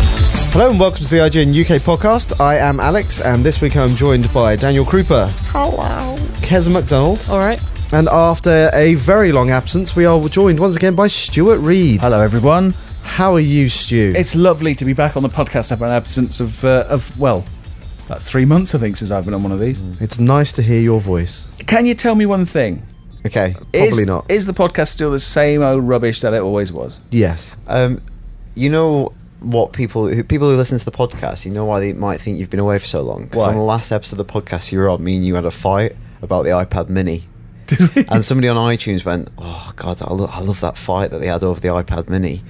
Hello and welcome to the IGN UK podcast. I am Alex, and this week I'm joined by Daniel Krupa, Oh, Hello. Keza McDonald, All right. and after a very long absence, we are joined once again by Stuart Reed. Hello, everyone. How are you, Stu? It's lovely to be back on the podcast after an absence of, uh, of well, about three months, I think, since I've been on one of these. Mm. It's nice to hear your voice. Can you tell me one thing? Okay, probably is, not. Is the podcast still the same old rubbish that it always was? yes. Um, you know what people who people who listen to the podcast, you know why they might think you've been away for so long? Because Why? on the last episode of the podcast you were on, me and you had a fight about the iPad Mini. Did we? And somebody on iTunes went, "Oh God, I, lo- I love that fight that they had over the iPad Mini."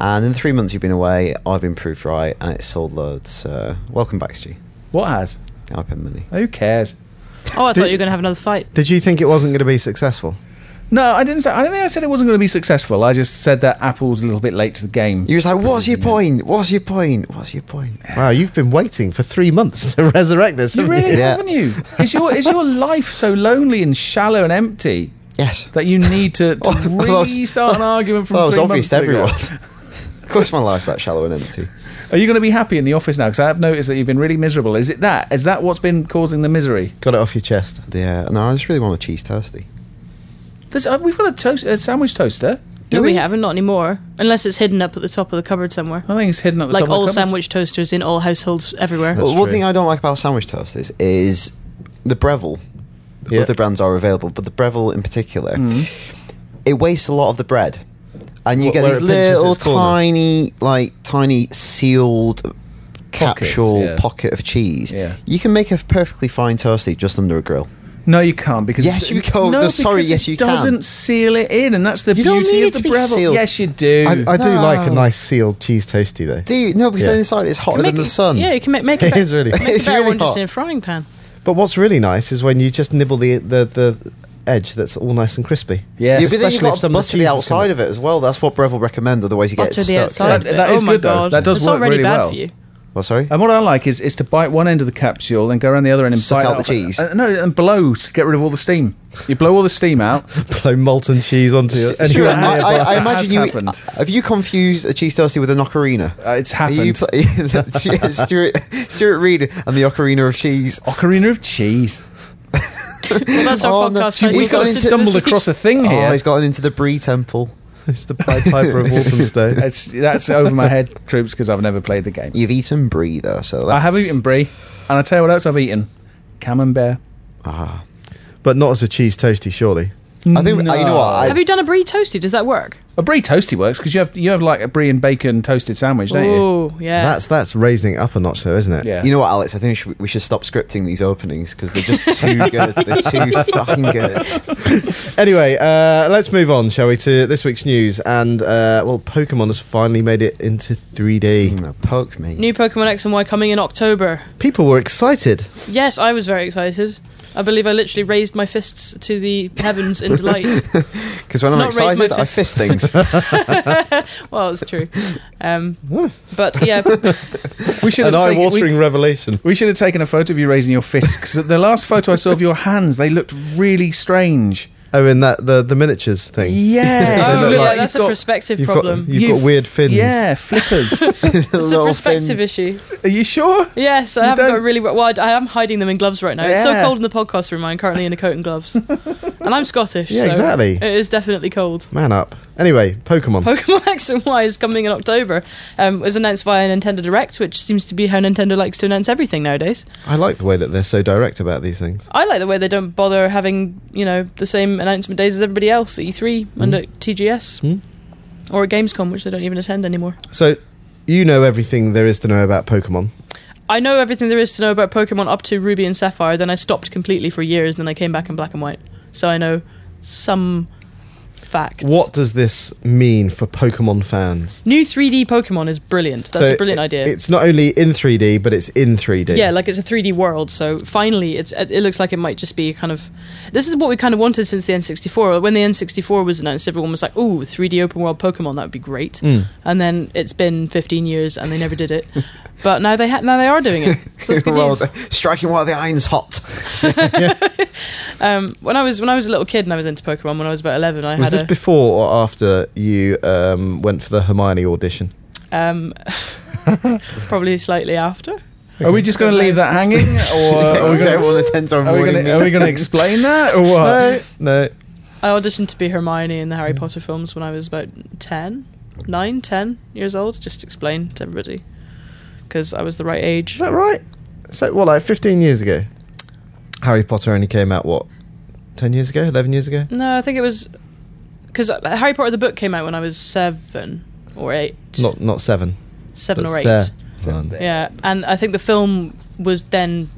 And in three months you've been away, I've been proved right, and it's sold loads. So welcome back, Stu. What has? The iPad Mini. Who cares? Oh, I Did- thought you were going to have another fight. Did you think it wasn't going to be successful? No, I didn't say. I don't think I said it wasn't going to be successful. I just said that Apple's a little bit late to the game. You was like, "What's your point? What's your point? What's your point?" Wow, you've been waiting for three months to resurrect this. You haven't really Yeah. haven't you? Is your is your life so lonely and shallow and empty Yes. that you need to, to Oh, that was- restart an argument from that was three obvious to months ago? everyone. of course, my life's that shallow and empty. Are you going to be happy in the office now? Because I have noticed that you've been really miserable. Is it that? Is that what's been causing the misery? Got it off your chest. Yeah, no, I just really want a cheese toasty. There's, uh, we've got a, toast, a sandwich toaster. Do no, we? we? haven't, not anymore. Unless it's hidden up at the top of the cupboard somewhere. I think Oh, it's hidden at the like top of the all cupboard. Oh, sandwich toasters in all households everywhere. Well, one true. thing I don't like about sandwich toasters is the Breville. Yeah. Other brands are available, but the Breville in particular, it wastes a lot of the bread, and you Wh- get where these it pinches little its corners. tiny, like tiny sealed capsule yeah. pocket of cheese. Yeah. You can make a perfectly fine toasty just under a grill. No, you can't because Yes, you can. No, No, sorry, because yes, it you can. Doesn't seal it in, and that's the You don't beauty need of it the to be Breville. sealed. Yes, you do. I, I do like a No. nice sealed cheese toasty, though. Do you? No, because Yeah. then inside it's hotter than Make the it- sun. Yeah, you can make, make It it. is really- Make It's a better really one just hot. in a frying pan. But what's really nice is when you just nibble the the, the edge that's all nice and crispy. Yes. Yeah, Yeah, but then Especially you've if got to some of the butter cheese the is outside in of it as well. That's what Breville recommend. Otherwise, you get Butter it the stuck. outside. of That- it. that is oh my good, though. god, That does it's work already really bad well. for you. Well, sorry. And what I like is is to bite one end of the capsule and go around the other end and Suck bite out off the it. cheese. Uh, no, and blow to get rid of all the steam. You blow all the steam out. Blow molten cheese onto you. Stuart, you're Anyway, I, right. I, That I has imagine you. uh, happened. Have you confused a cheese toasty with an ocarina? Uh, it's Are you happened. pl- Stuart, Stuart Reed and the ocarina of cheese. Ocarina of cheese. Well, that's our Oh, no. podcast. title We've We've He's got got for into- this stumbled week. across a thing here. Oh, he's gotten into the Bree temple. it's the Pied Piper of Walthamstow. It's that's over my head, troops, because I've never played the game. You've eaten Brie though, so that's, I have eaten brie, and I tell you what else I've eaten: camembert. Ah. but not as a cheese toasty, surely. I think uh, you know what. I, Have you done a brie toasty? Does that work? A brie toasty works because you have you have like a brie and bacon toasted sandwich, don't you? Oh, yeah. That's that's raising it up a notch, though, isn't it? Yeah. you know what, Alex? I think we should, we should stop scripting these openings because they're just too good. They're too fucking good. Anyway, uh, let's move on, shall we, to this week's news? And uh, well, Pokemon has finally made it into 3D. Mm, Poke me. New Pokemon X and Y coming in October. People were excited. Yes, I was very excited. I believe I literally raised my fists to the heavens in delight. Because when I'm Not raise my excited, I fist. fist things. well, it's true. Um, but yeah, oh, We should An have taken, eye-watering we, revelation. we should have taken a photo of you raising your fist because the last photo I saw of your hands, they looked really strange. Oh, and that the the miniatures thing. Yeah, oh, they yeah, look like that's a you've got- perspective You've problem. got you've got weird fins. Yeah, flippers. it's a perspective issue. Are you sure? Yes, I You haven't got don't- really well. I, I am hiding them in gloves right now. It's so Yeah. cold in the podcast room. I'm currently in a coat and gloves, and I'm Scottish. Yeah, so exactly. It is definitely cold. Man up. Anyway, Pokemon. Pokemon X and Y is coming in October. Um, it was announced via Nintendo Direct, which seems to be how Nintendo likes to announce everything nowadays. I like the way that they're so direct about these things. I like the way they don't bother having you know the same announcement days as everybody else E at E3 and at Hmm. TGS Mm. or at Gamescom, which they don't even attend anymore. So, you know everything there is to know about Pokemon. I know everything there is to know about Pokemon up to Ruby and Sapphire. Then I stopped completely for years. Then I came back in Black and White, so I know some facts. What does this mean for Pokemon fans? new 3D Pokemon is brilliant. That's So a brilliant it- idea. It's not only in 3D, but it's in 3D. Yeah, like it's a 3D world. So finally, it's it it looks like it might just be kind of. This is what we kind of wanted since the N64. When the N64 was announced, everyone was like, "Ooh, 3D open world Pokemon, that would be great." Hmm. And then it's been 15 years, and they never did it. but now they ha- now they are doing it. So that's good well, news. striking while the iron's hot. Um, when I was when I was a little kid and I was into Pokemon when I was about 11, I Was had this a. before or after you um, went for the Hermione audition? Um, probably slightly after. Are we just going to leave that hanging, or are we Because everyone going attends our morning to are we going to meetings. explain that, or what? No, no. I auditioned to be Hermione in the Mm. Harry Potter films when I was about 10, 9, 10 years old. Just to explain to everybody because I was the right Is age. that right? So, well, like 15 years ago. Harry Potter only came out, what, 10 years ago? 11 years ago? No, I think it was because Harry Potter the book came out when I was seven or eight. Not not seven. seven but or eight. seven. Yeah, and I think the film was then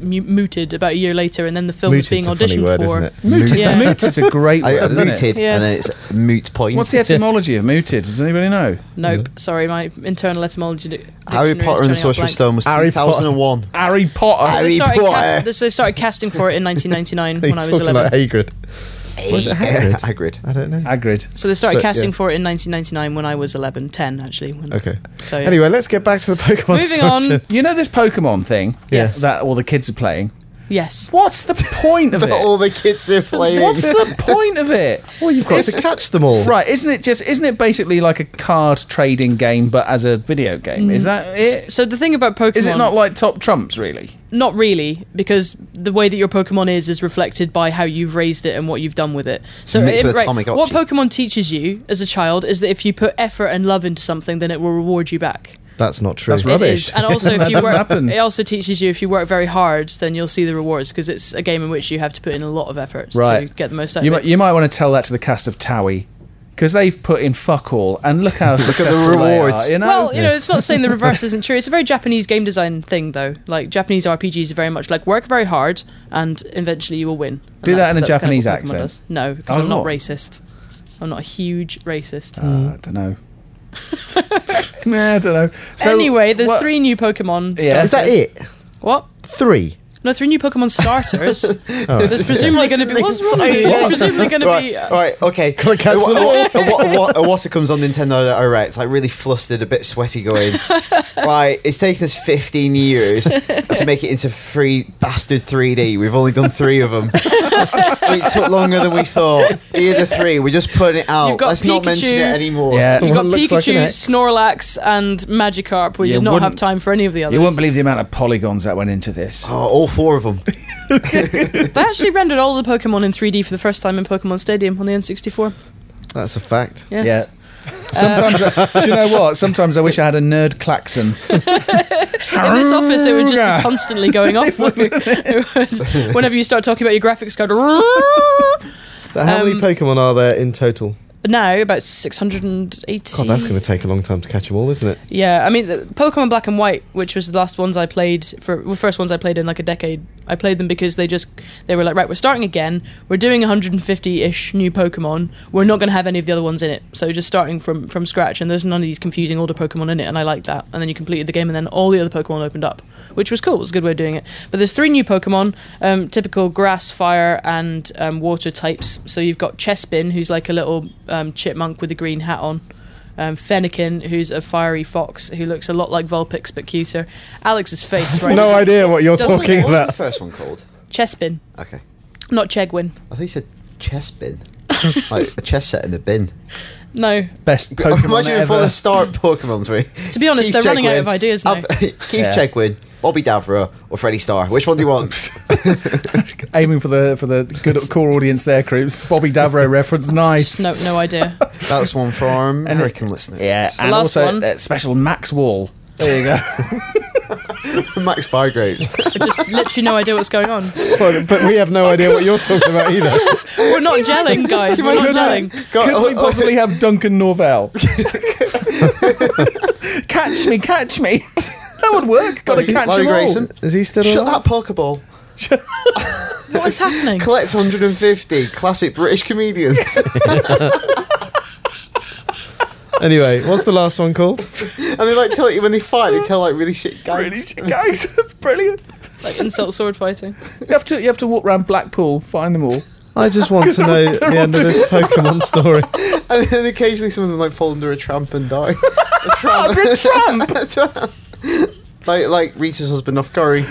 mu- mooted about a year later, and then the film Mooted's was being a funny auditioned word, for. isn't it? Mooted, Yeah. moot is a great I, word, uh, I isn't mooted, it? Yes. and then it's moot point. What's the etymology of mooted? Does anybody know? Nope, sorry, my internal etymology. di- Harry dictionary is Potter and the turning up Sorcerer's blank. Stone was Harry Potter. 2001. Harry Potter. They Harry started, Potter. cast, they started casting for it in 1999 Are you when I was talking 11. like Hagrid? Was it Hagrid? Hagrid. I don't know. Hagrid. So they started So, yeah. casting for it in 1999 when I was 11, 10 actually. When, Okay. So yeah. Anyway, let's get back to the Pokemon Moving on. subject. You know this Pokemon thing? Yes. That all the kids are playing. yes, What's the point of That all it? the kids are playing. What's the point of it? Well, you've got to catch them all. Right, isn't it just isn't it basically like a card trading game but as a video game? Is that it? So the thing about Pokemon Is it not like top trumps really? Not really, because the way that your Pokemon is is reflected by how you've raised it and what you've done with it. So, Mixed it- with right, Tamagotchi. what Pokemon teaches you as a child is that if you put effort and love into something, then it will reward you back. That's not true. That's It Rubbish. is, and also That if you doesn't work, happen. it also teaches you if you work very hard, then you'll see the rewards because it's a game in which you have to put in a lot of effort to Right. get the most out You of might it. you might want to tell that to the cast of Towie because they've put in fuck all and look how successful rewards. They are, you know? Well, you know, it's not saying the reverse isn't true. It's a very Japanese game design thing, though. Like Japanese RPGs are very much like work very hard, and eventually you will win. And Do that that's- in a that's kind of Japanese what Pokemon accent. does. No, because Oh, I'm not what? racist. I'm not a huge racist. Uh, I don't know. nah, I don't know. So, anyway, there's what- three new Pokemon. Yeah. starters. Is that it? What? Three. No, three new Pokemon starters. There's presumably going to be. What's wrong with you? There's presumably going to right, be. uh, right, okay. A catch them wa- a wa- a wa- a water comes on Nintendo Direct, like really flustered, a bit sweaty, going, right, it's taken us 15 years to make it into free bastard 3D. We've only done three of them. it took longer than we thought. Here are the three. We're just putting it out. You've got Let's not mention it Pikachu. anymore. Yeah. You've Uh, got One looks like an Pikachu, X. Snorlax, and Magikarp, where You you not have wouldn't- time for any of the others. You wouldn't believe the amount of polygons that went into this. Oh, all four of them. They actually rendered all the Pokemon in 3D for the first time in Pokemon Stadium on the N64. That's a fact. Yes. Yeah. Sometimes, I, do you know what? Sometimes I wish I had a nerd klaxon. In this office, it would just be Hurrah. constantly going off. It would- Whenever you start talking about your graphics card, So, how many Um, Pokemon are there in total? now about 680. God, that's going to take a long time to catch them all, isn't it? Yeah, I mean, the Pokemon Black and White, which was the last ones I played for, well, first ones I played in like a decade. I played them because they just they were like, right, we're starting again. We're doing 150-ish new Pokemon. We're not going to have any of the other ones in it, so just starting from from scratch. And there's none of these confusing older Pokemon in it, and I like that. And then you completed the game, and then all the other Pokemon opened up, which was cool. It was a good way of doing it. But there's three new Pokemon, um, typical Grass, Fire, and um, Water types. So you've got Chespin, who's like a little um, chipmunk with a green hat on um, Fennekin, who's a fiery fox who looks a lot like Vulpix but cuter. Alex's face, right? No idea what you're Doesn't- talking What was the about. first one called? Chespin, Okay. not Chegwin. I thought you said chess bin. like a chess set in a bin. No, Best Pokemon Imagine if all ever. the start Pokemon's we. to be honest, they're running out of ideas now. Keith Yeah. Chegwin, Bobby Davra, or Freddie Starr. Which one do you want? Aiming for the for the good core audience there, Croops. Bobby Davro reference, nice. No, no idea. That's one for our American listeners. Yeah, The and last also one. uh, special Max Wall. There you go. Max Firegrapes. I just literally no idea what's going on. Well, but we have no idea what you're talking about either. We're not gelling, guys. We're not gelling. Go- Could we oh, oh, possibly have Duncan Norvell? catch me, catch me. That would work. Got to Is he- catch Larry them all. Grayson? Is he still Shut alive? that Pokeball. What is happening? Collect 150 classic British comedians. Anyway, what's the last one called? and they like tell you when they fight, they tell like really shit gags. Really, guys, that's brilliant. Like insult sword fighting. You have to you have to walk around Blackpool, find them all. I just want to know the end of this Pokemon story. And then occasionally some of them like fall under a tramp and die. a tramp. Under a tramp? A tramp. like like Rita's husband off curry.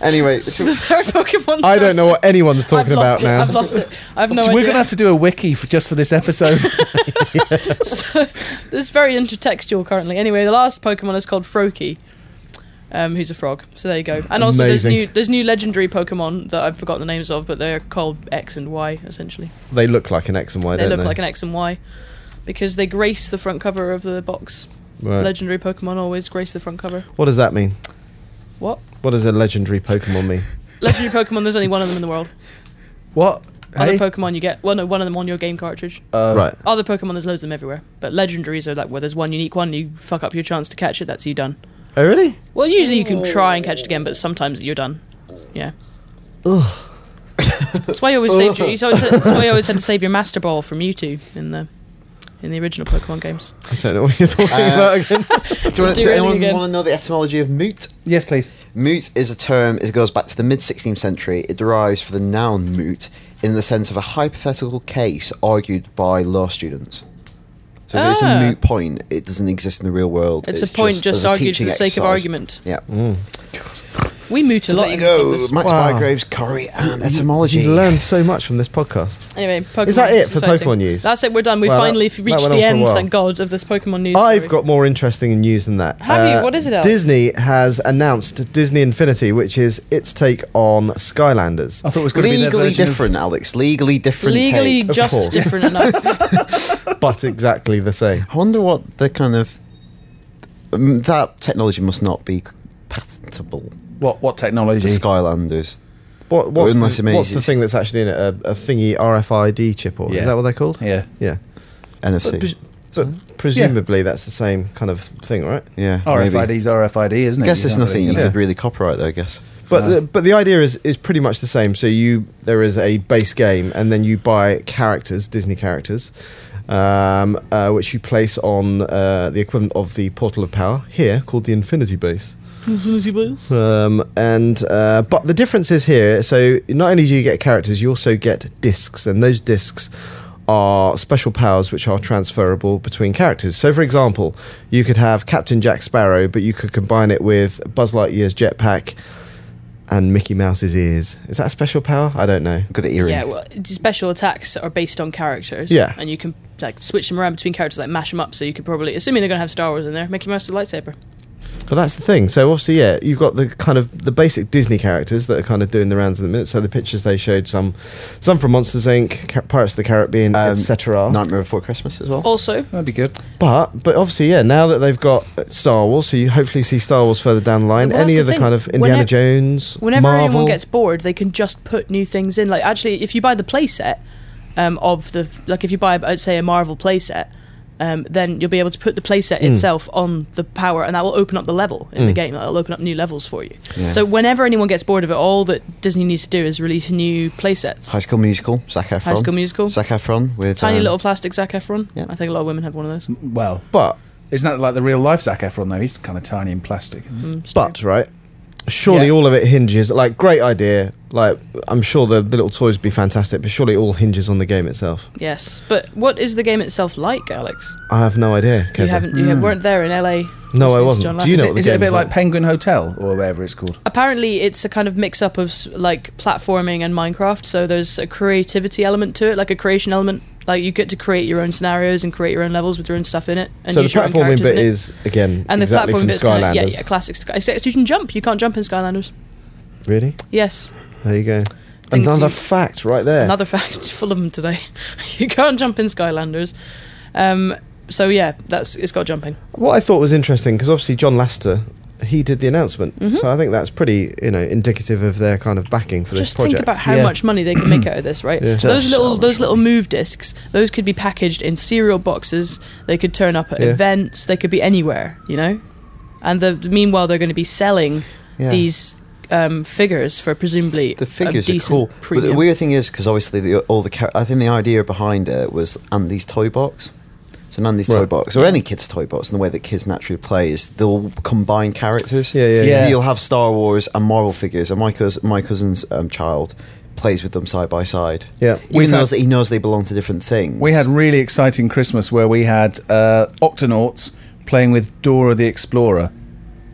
Anyway, This is the third Pokemon. I don't know what anyone's talking I've about lost it, now. I've lost it. I've no We're idea. going to have to do a wiki for, just for this episode. so, this is very intertextual currently. Anyway, the last Pokemon is called Froakie, um, who's a frog. So there you go. And also, Amazing. there's new there's new legendary Pokemon that I've forgotten the names of, but they're called X and Y essentially. They look like an X and Y, they don't look they? like an X and Y because they grace the front cover of the box. Right. Legendary Pokemon always grace the front cover. What does that mean? What? What does a legendary Pokemon mean? Legendary Pokemon, there's only one of them in the world. what? Other Hey? Pokemon you get, well, no, one of them on your game cartridge. Uh, right. Other Pokemon, there's loads of them everywhere. But legendaries are like, well, there's one unique one, you fuck up your chance to catch it, that's you done. Oh, really? Well, usually you can try and catch it again, but sometimes you're done. Yeah. that's why you always saved your, you always, that's why you always had to save your Master Ball from Mewtwo in the in the original Pokemon games. I don't know what you're talking about again. do, you wanna, Do do, it anyone again. want to know the etymology of moot? Yes, please. Moot is a term. It goes back to the mid 16th century. It derives from the noun moot in the sense of a hypothetical case argued by law students. So if it's Ah. a moot point, it doesn't exist in the real world. It's, a point just, as a argued for teaching the sake of exercise. argument. Yeah. We moot a So lot. there you in this go, office. Max Wow. Bygrave's curry and etymology. You learned so much from this podcast. Anyway, Pokemon Is that it it's for exciting. Pokemon news? That's it. We're done. We Well, that- finally that reached went on the for a end, while. thank God, of this Pokemon news. I've story. got more interesting news than that. Uh, Have you? What is it, Alex? Disney has announced Disney Infinity, which is its take on Skylanders. I thought it was going to be their Legally version of- different, Alex. Legally different. legally take. of just course. different enough. but exactly the same. I wonder what the kind of um, that technology must not be patentable. What? What The technology? Skylanders. What, what's, Unless the, it means what's the it's- thing that's actually in it? A, a thingy RFID chip, or Yeah. is that what they're called? Yeah. Yeah. But, NFC. pres- but presumably that's the same kind of thing, right? Yeah. Maybe. RFID's RFID, isn't it? I guess You there's can't nothing you really- Yeah. could really copyright, though. I guess. But No. the, but the idea is is pretty much the same. So you there is a base game, and then you buy characters, Disney characters, um, uh, which you place on uh, the equivalent of the Portal of Power here, called the Infinity Base. Um, and uh, but the difference is here. So not only do you get characters, you also get discs, and those discs are special powers which are transferable between characters. So, for example, you could have Captain Jack Sparrow, but you could combine it with Buzz Lightyear's jetpack and Mickey Mouse's ears. Is that a special power? I don't know. Good at earring. yeah, well, special attacks are based on characters. Yeah. and you can like switch them around between characters, like mash them up. So you could probably, assuming they're going to have Star Wars in there, Mickey Mouse with a lightsaber. But that's the thing. So obviously, yeah, you've got the kind of the basic Disney characters that are kind of doing the rounds in the minute. So the pictures they showed some, some from Monsters Inc., Ca- Pirates of the Caribbean, Um, etc. Nightmare Before Christmas as well. Also, That'd be good. But but obviously, yeah. Now that they've got Star Wars, so you hopefully see Star Wars further down the line. Well, that's Any the of the thing. kind of Indiana Whenever- Jones, whenever Marvel, anyone gets bored, they can just put new things in. Like actually, if you buy the playset um, of the like, if you buy, I'd say, a Marvel playset, um, then you'll be able to put the playset itself on the power, and that will open up the level in the game. That'll open up new levels for you. Yeah. So whenever anyone gets bored of it, all that Disney needs to do is release new playsets. High School Musical. Zac Efron. High School Musical. Zac Efron with Tiny um, little plastic Zac Efron. yeah. I think a lot of women have one of those. Well, but isn't that like the real life Zac Efron though? He's kind of tiny and plastic. Mm, Mm-hmm. but right. Surely Yeah. all of it hinges like great idea. Like I'm sure the, the little toys would be fantastic, but surely it all hinges on the game itself. Yes, but what is the game itself like, Alex? I have no idea. You Keza. haven't, you weren't there in LA. No, I listening to wasn't. John Do you Lasseter. know Is, what it, the is it a game's bit like like? Penguin Hotel or whatever it's called? Apparently, it's a kind of mix up of s- like platforming and Minecraft. So there's a creativity element to it, like a creation element. Like you get to create your own scenarios and create your own levels with your own stuff in it. And so the use your own platforming characters bit in it. is again and the exactly platforming from bit is kind of, Skylanders. yeah, yeah, classic. Sky- Except you can jump. You can't jump in Skylanders. Really? Yes, There you go. Things Another you- fact right there. Another fact, full of them today. you can't jump in Skylanders. Um, so yeah, that's it's got jumping. What I thought was interesting because obviously John Lasseter he did the announcement, so I think that's pretty you know indicative of their kind of backing for this Just project. think about how Yeah. much money they can make out of this, right? Yeah. Those Just little so much those little move discs, those could be packaged in cereal boxes. They could turn up at Yeah. events. They could be anywhere, you know. And the, meanwhile, they're going to be selling Yeah. these um, figures for presumably The figures a are decent cool, but premium. the weird thing is because obviously the, all the char- I think the idea behind it was Andy's toy box. So Andy's toy Right. box or any kid's toy box, and the way that kids naturally play is they'll combine characters. Yeah, yeah, Yeah. yeah. You'll have Star Wars and Marvel figures, and my, cous- my cousin's um, child plays with them side by side. Yeah. even We've though had- he knows they belong to different things. We had really exciting Christmas where we had uh, Octonauts playing with Dora the Explorer.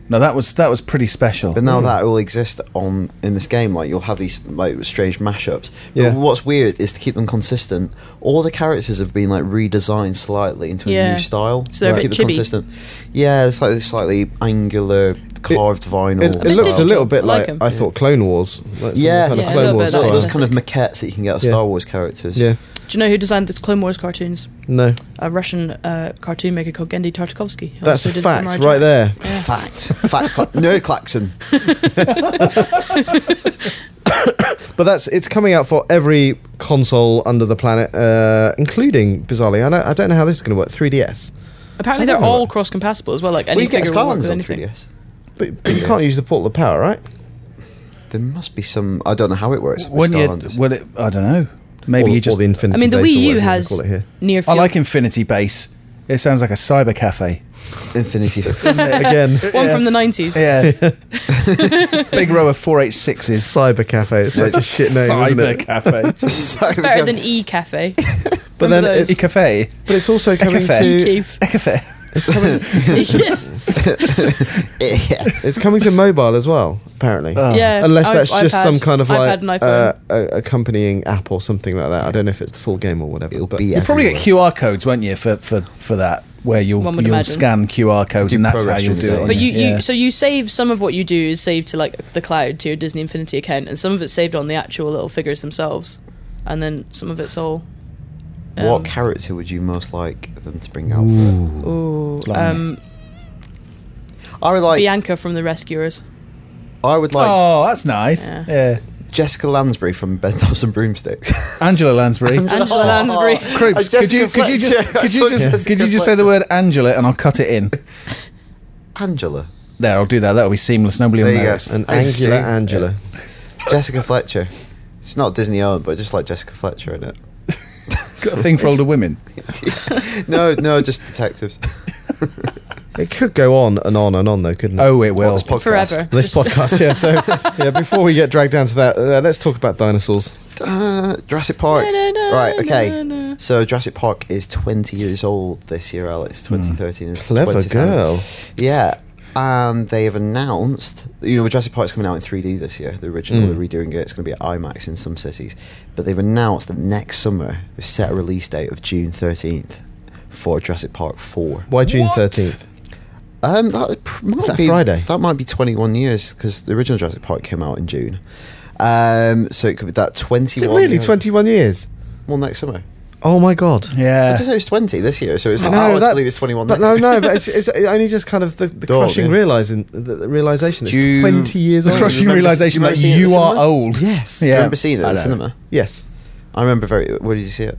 No, that was that was pretty special. But Hmm. now that will exist on in this game, like you'll have these like strange mashups. But Yeah. what's weird is to keep them consistent. All the characters have been like redesigned slightly into a Yeah. new style. So they're a to bit keep them chibi. consistent. Yeah, it's like slightly angular carved vinyl. It, it bit looks a digital. little bit I like, like 'em. I thought Clone Wars. Like some yeah, kind Yeah, of a Clone Wars little bit like style. those that. kind of maquettes that you can get of Yeah. Star Wars characters. Yeah, Do you know who designed the Clone Wars cartoons? no, A Russian uh, cartoon maker called Gendy Tartakovsky. who that's also a did fact Samurai right Jack. there. Yeah. Fact, fact, cla- nerd klaxon. But that's it's coming out for every console under the planet, uh, including bizarrely. I don't, I don't know how this is going to work. 3DS, Apparently, I don't they're know all what- cross compatible as well. Like Well, any you get figure will work Skylanders with on anything. 3DS. but, but you can't use the portal of power, right? There must be some. I don't know how it works. with Wouldn't you? Skylanders. Well, it, I don't know. Maybe or, you or just. the Infinity. I mean, the Base or Wii U whatever you wanna has call it here. near. I field- like Infinity Base. It sounds like a cyber cafe. Infinity. again. one yeah. from the nineties. Yeah. Big row of 486s. Cyber Cafe. It's such a shit name, isn't cyber it? cafe. Sorry, Better we than E Cafe. But then, Remember it's, those? E cafe. but it's also coming cafe. to Keef. A cafe. it's coming, have- yeah. it's coming to mobile as well. Apparently, Oh. Yeah. unless I- that's just iPad- some kind of like iPad and iPhone. uh, a- accompanying app or something like that. I don't know if it's the full game or whatever. It'll but be You'll probably get everywhere. QR codes, won't you, for, for, for that, where you'll, One would you'll imagine. scan QR codes Do and that's how progress you'll during do the it. day. on But your- you, yeah. you so you save some of what you do is saved to like the cloud to your Disney Infinity account, and some of it's saved on the actual little figures themselves, and then some of it's all. um, What character would you most like them to bring out? Ooh, Blimey. um, I would like. Bianca from the Rescuers. I would like oh, that's nice. Yeah. Yeah. Jessica Lansbury from Bedknobs and Broomsticks. Oh. Angela Lansbury. Angela Lansbury. Croops, could you, could you just, could you just, could you just say the word Angela and I'll cut it in? Angela? There, I'll do that. That'll be seamless. Nobody will There you go. notice. an I see. Angular Angela. Jessica Fletcher. It's not Disney owned, but just like Jessica Fletcher in it. Got a thing for older women. no, no, just detectives. It could go on and on and on though, couldn't it? Oh, it will. Well, this podcast. Forever. This podcast, yeah. So, yeah. Before we get dragged down to that, uh, let's talk about dinosaurs. Uh, Jurassic Park. Na, na, na, right, na, okay. na. So Jurassic Park is 20 years old this year, Alex. Hmm. 2013 is Clever 2010. girl. Yeah. And they have announced, you know, Jurassic Park's coming out in 3D this year, the original, Mm. they're redoing it, it's going to be at IMAX in some cities. But they've announced that next summer, they've set a release date of June 13th for Jurassic Park 4. Why June What? thirteenth? Um, that pr- might that be, Friday? That might be 21 years, because the original Jurassic Park came out in June. Um, so it could be that 21 Is it really year- twenty-one years? Well, next summer. Oh my god. I Yeah. just know it's 20 this year, so it's not, No, oh, that- I believe it's 21 But next no, year. no. But it's, it's only just kind of the, the Dog, crushing yeah. realizing the, the realization. It's Do you- twenty years The old. crushing Crushing remember- realization do you that remember seeing it you at are cinema? old. Yes. Do you Yeah. remember seeing it I at the know. cinema? Yes. I remember very. Where did you see it?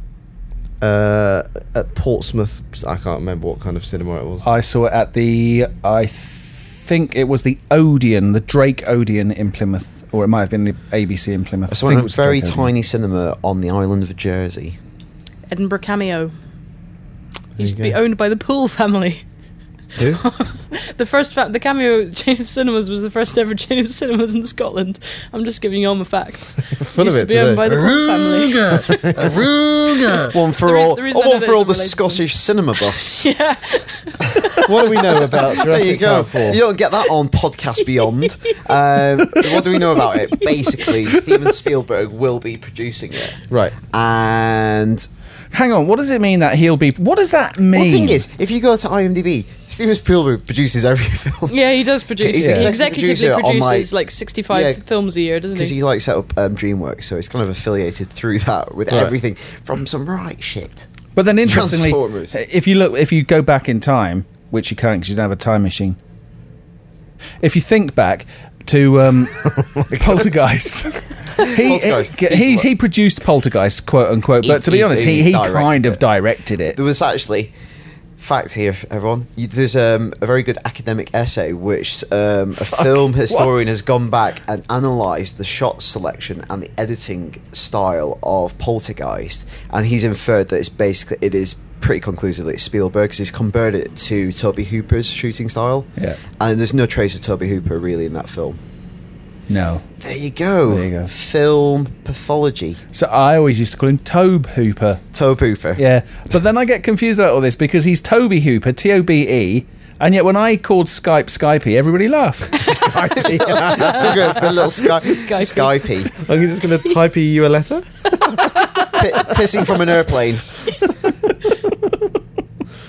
Uh, at Portsmouth, I can't remember what kind of cinema it was. I saw it at the, I think it was the Odeon, the Drake Odeon in Plymouth, or it might have been the ABC in Plymouth. I saw it in think a very Drake Odeon. tiny cinema on the island of Jersey. Edinburgh Cameo. Used you to be go. owned by the Pool family. Who? The first fa- the cameo chain of cinemas was the first ever chain of cinemas in Scotland. I'm just giving you all my facts. Full of used it to be owned today. by the Pool family. One for The re- all. the reason oh, I know one that for is all the related to- Scottish cinema buffs. yeah. what do we know about There you Jurassic go. Park Four? You don't get that on Podcast Beyond. um, what do we know about it? Basically, Steven Spielberg will be producing it. Right. And Hang on, what does it mean that he'll be? What does that mean? well, the thing is, if you go to IMDb, Steven Spielberg produces every film. Yeah, he does produce. He's he executive executively producer on, produces like- like, 65 Yeah. films a year, doesn't Because he? he's like set up um, DreamWorks, so it's kind of affiliated through that with Right. everything from some right shit. But then, interestingly, Transformers. if you look, if you go back in time, which you can't because you don't have a time machine. If you think back to um, Poltergeist, he, Oh Poltergeist. He, he he produced Poltergeist, quote unquote. He- but to be he- honest, he, he he directed kind of it. directed it. There was actually fact here, everyone. You, there's um, a very good academic essay which um, a film historian has gone back and analysed the shot selection and the editing style of Poltergeist, and he's inferred that it's basically it is pretty conclusively it's Spielberg because he's compared it to Toby Hooper's shooting style. Yeah. and there's no trace of Toby Hooper really in that film. No, There you go. There you go. Film pathology. so I always used to call him Tobe Hooper. Tobe Hooper. Yeah, but then I get confused about all this because he's Toby Hooper, T O B E, And yet, when I called Skype Skypey, everybody laughed. We'll go for a little sky- Skypey. Skypey. I'm just going to type you a letter. P- pissing from an airplane.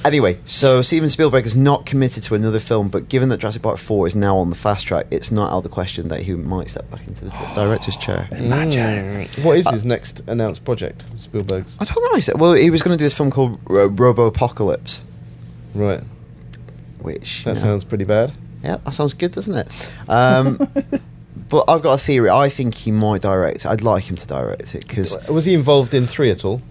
anyway, so Steven Spielberg is not committed to another film, but given that Jurassic Park 4 is now on the fast track, it's not out of the question that he might step back into the dir- director's chair. What Uh, is his next announced project? Spielberg's. I don't know. is it- Well, he was going to do this film called Ro- Robo Apocalypse, Right. which. That you know, sounds pretty bad. Yeah, that sounds good, doesn't it? Um, but I've got a theory. I think he might direct. I'd like him to direct it because Was he involved in three at all?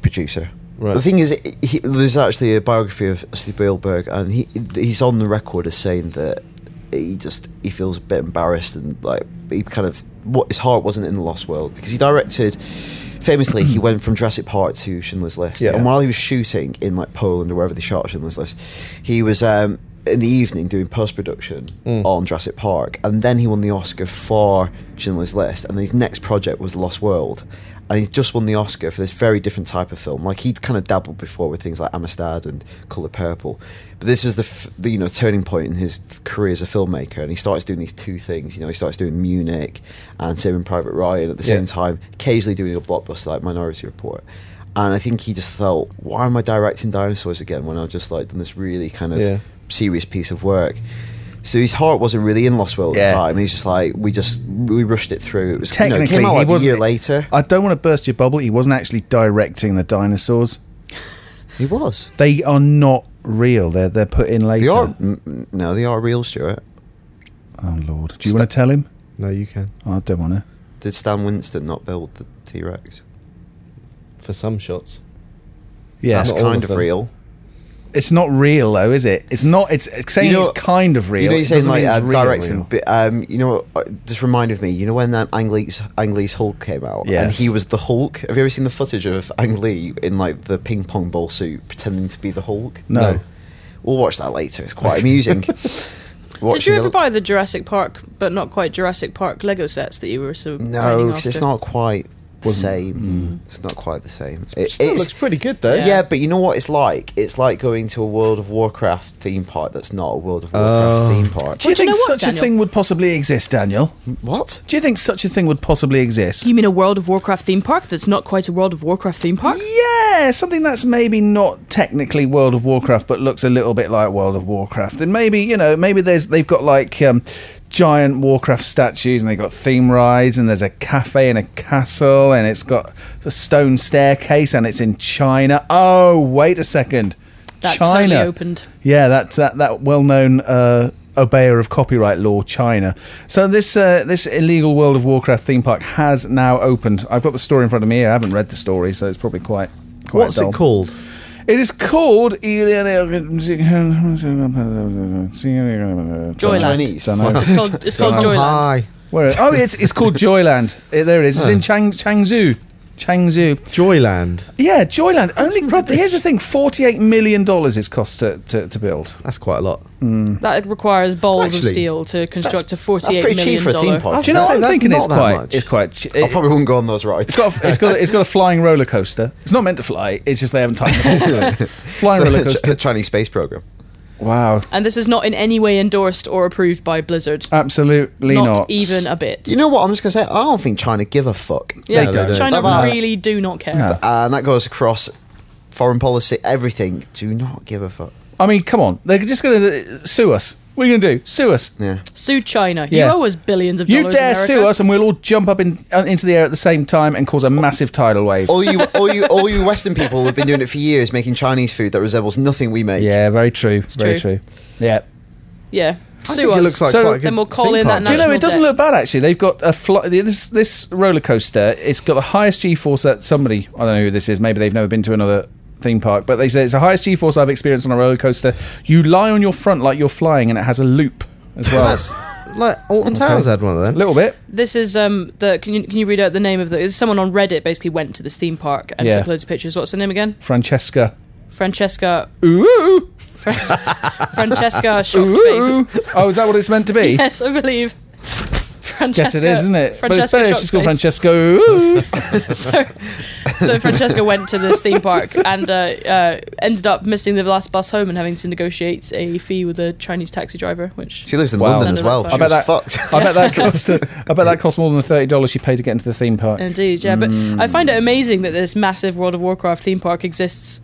producer. Right. The thing is, he, there's actually a biography of Spielberg, and he he's on the record as saying that he just he feels a bit embarrassed and like he kind of what his heart wasn't in the Lost World because he directed. Famously, he went from Jurassic Park to Schindler's List, Yeah. and while he was shooting in like Poland or wherever they shot Schindler's List, he was um, in the evening doing post production Mm. on Jurassic Park, and then he won the Oscar for Schindler's List, and his next project was The Lost World, and he's just won the Oscar for this very different type of film. Like he'd kind of dabbled before with things like Amistad and Color Purple, but this was the, f- the you know turning point in his career as a filmmaker, and he starts doing these two things. You know, he starts doing Munich and Saving Private Ryan at the Yeah. same time, occasionally doing a blockbuster like Minority Report. And I think he just felt, why am I directing dinosaurs again when I've just like done this really kind of Yeah. serious piece of work. So his heart wasn't really in Lost World at Yeah. the time. He's just like we just we rushed it through. It was you know, Technically, it came out he like a wasn't. e- year later. I don't want to burst your bubble. He wasn't actually directing the dinosaurs. He was. They are not real. They're they're put in later. They are mm, mm, no, they are real, Stuart. Oh Lord! Do you want to tell him? No, you can. I don't want to. Did Stan Winston not build the T Rex? For some shots. Yeah, that's Not all kind of of them. real. it's not real though, is it? It's not. It's it's saying know- it's kind of real. You know, you're it saying doesn't like mean uh, it's real, directing, real. but um, you know, uh, just reminded me. You know when um, Ang Lee's Ang Lee's Hulk came out, Yeah. and he was the Hulk. Have you ever seen the footage of Ang Lee in like the ping pong ball suit pretending to be the Hulk? No. We'll watch that later. It's quite amusing. Did you Watching ever the- buy the Jurassic Park, but not quite Jurassic Park Lego sets that you were so No, pining because it's after? not quite the Wasn't- same. Mm. It's not quite the same. It, Still it's- looks pretty good though. yeah. Yeah. but you know what it's like? It's like going to a World of Warcraft theme park that's not a World of Warcraft Oh. theme park. Do you Well, do you think know what, such a Daniel? thing would possibly exist, Daniel? What? Do you think such a thing would possibly exist? You mean a World of Warcraft theme park that's not quite a World of Warcraft theme park? Yeah, something that's maybe not technically World of Warcraft, but looks a little bit like World of Warcraft. And maybe you know, maybe there's they've got like um, giant Warcraft statues, and they've got theme rides, and there's a cafe and a castle, and it's got a stone staircase, and it's in China. Oh, wait a second, That China totally opened. Yeah, that that, that well-known uh, obeyer of copyright law, China. So this uh, this illegal World of Warcraft theme park has now opened. I've got the story in front of me. here. I haven't read the story, so it's probably quite quite. What's dull. it called? It is called Chinese. Dunno. It's called, it's called Dunno. Joyland. Where- oh, it's it's called Joyland. Eh, there it is. It's in Chang Changzhou. Changzhou. Joyland. Yeah, Joyland. Only here's the thing: forty-eight million dollars it's cost to, to, to build. That's quite a lot. That requires balls Actually, of steel to construct a Hmm. That's forty-eight pretty million cheap for a theme dollar. park. Oh, Do you know isn't what I'm it? that's thinking? not It's that quite. much. It's quite. che- I It, probably wouldn't go on those rides. it's got. A, it's got. A, it's got a flying roller coaster. It's not meant to fly. It's just they haven't timed the bolts on it. Flying roller the coaster. Chinese space program. Wow. And this is not in any way endorsed or approved by Blizzard. Absolutely not, not. even a bit. You know what? I'm just gonna say. I don't think China give a fuck. yeah, No, they don't. China Bye-bye. really do not care. No. and that goes across foreign policy, everything. Do not give a fuck. I mean, come on. They're just going to sue us. What are you going to do? Sue us. Yeah. Sue China. Yeah. You owe us billions of You dollars. dare America. sue us, and we'll all jump up in, uh, into the air at the same time and cause a massive tidal wave. All you, all you, all you Western people have been doing it for years, making Chinese food that resembles nothing we make. Yeah, very true. very true. true. Yeah. Yeah, I sue think us. it looks like So quite a good then we'll call theme in park. that Do you know National it doesn't debt. look bad actually? They've got a fly, this this roller coaster. It's got the highest G-force that somebody I don't know who this is. Maybe they've never been to another theme park, but they say it's the highest G-force I've experienced on a roller coaster. You lie on your front like you're flying, and it has a loop as well. That's like Alton Towers had one of a them. little bit. This is um the can you can you read out the name of the? Is someone on Reddit basically went to this theme park and Yeah. took loads of pictures. What's her name again? Francesca. Francesca Ooh. Francesca shocked Ooh. face. Oh, is that what it's meant to be? Yes, I believe. Francesca. Yes, it is, isn't it? but it's Francesca better if she's Shockface. called Francesco. so, so Francesca went to this theme park and uh, uh, ended up missing the last bus home and having to negotiate a fee with a Chinese taxi driver. Which She lives in Wow. London as well. I She bet was that- fucked. I bet that cost. I bet that cost more than the thirty dollars she paid to get into the theme park. indeed, yeah. But I find it amazing that this massive World of Warcraft theme park exists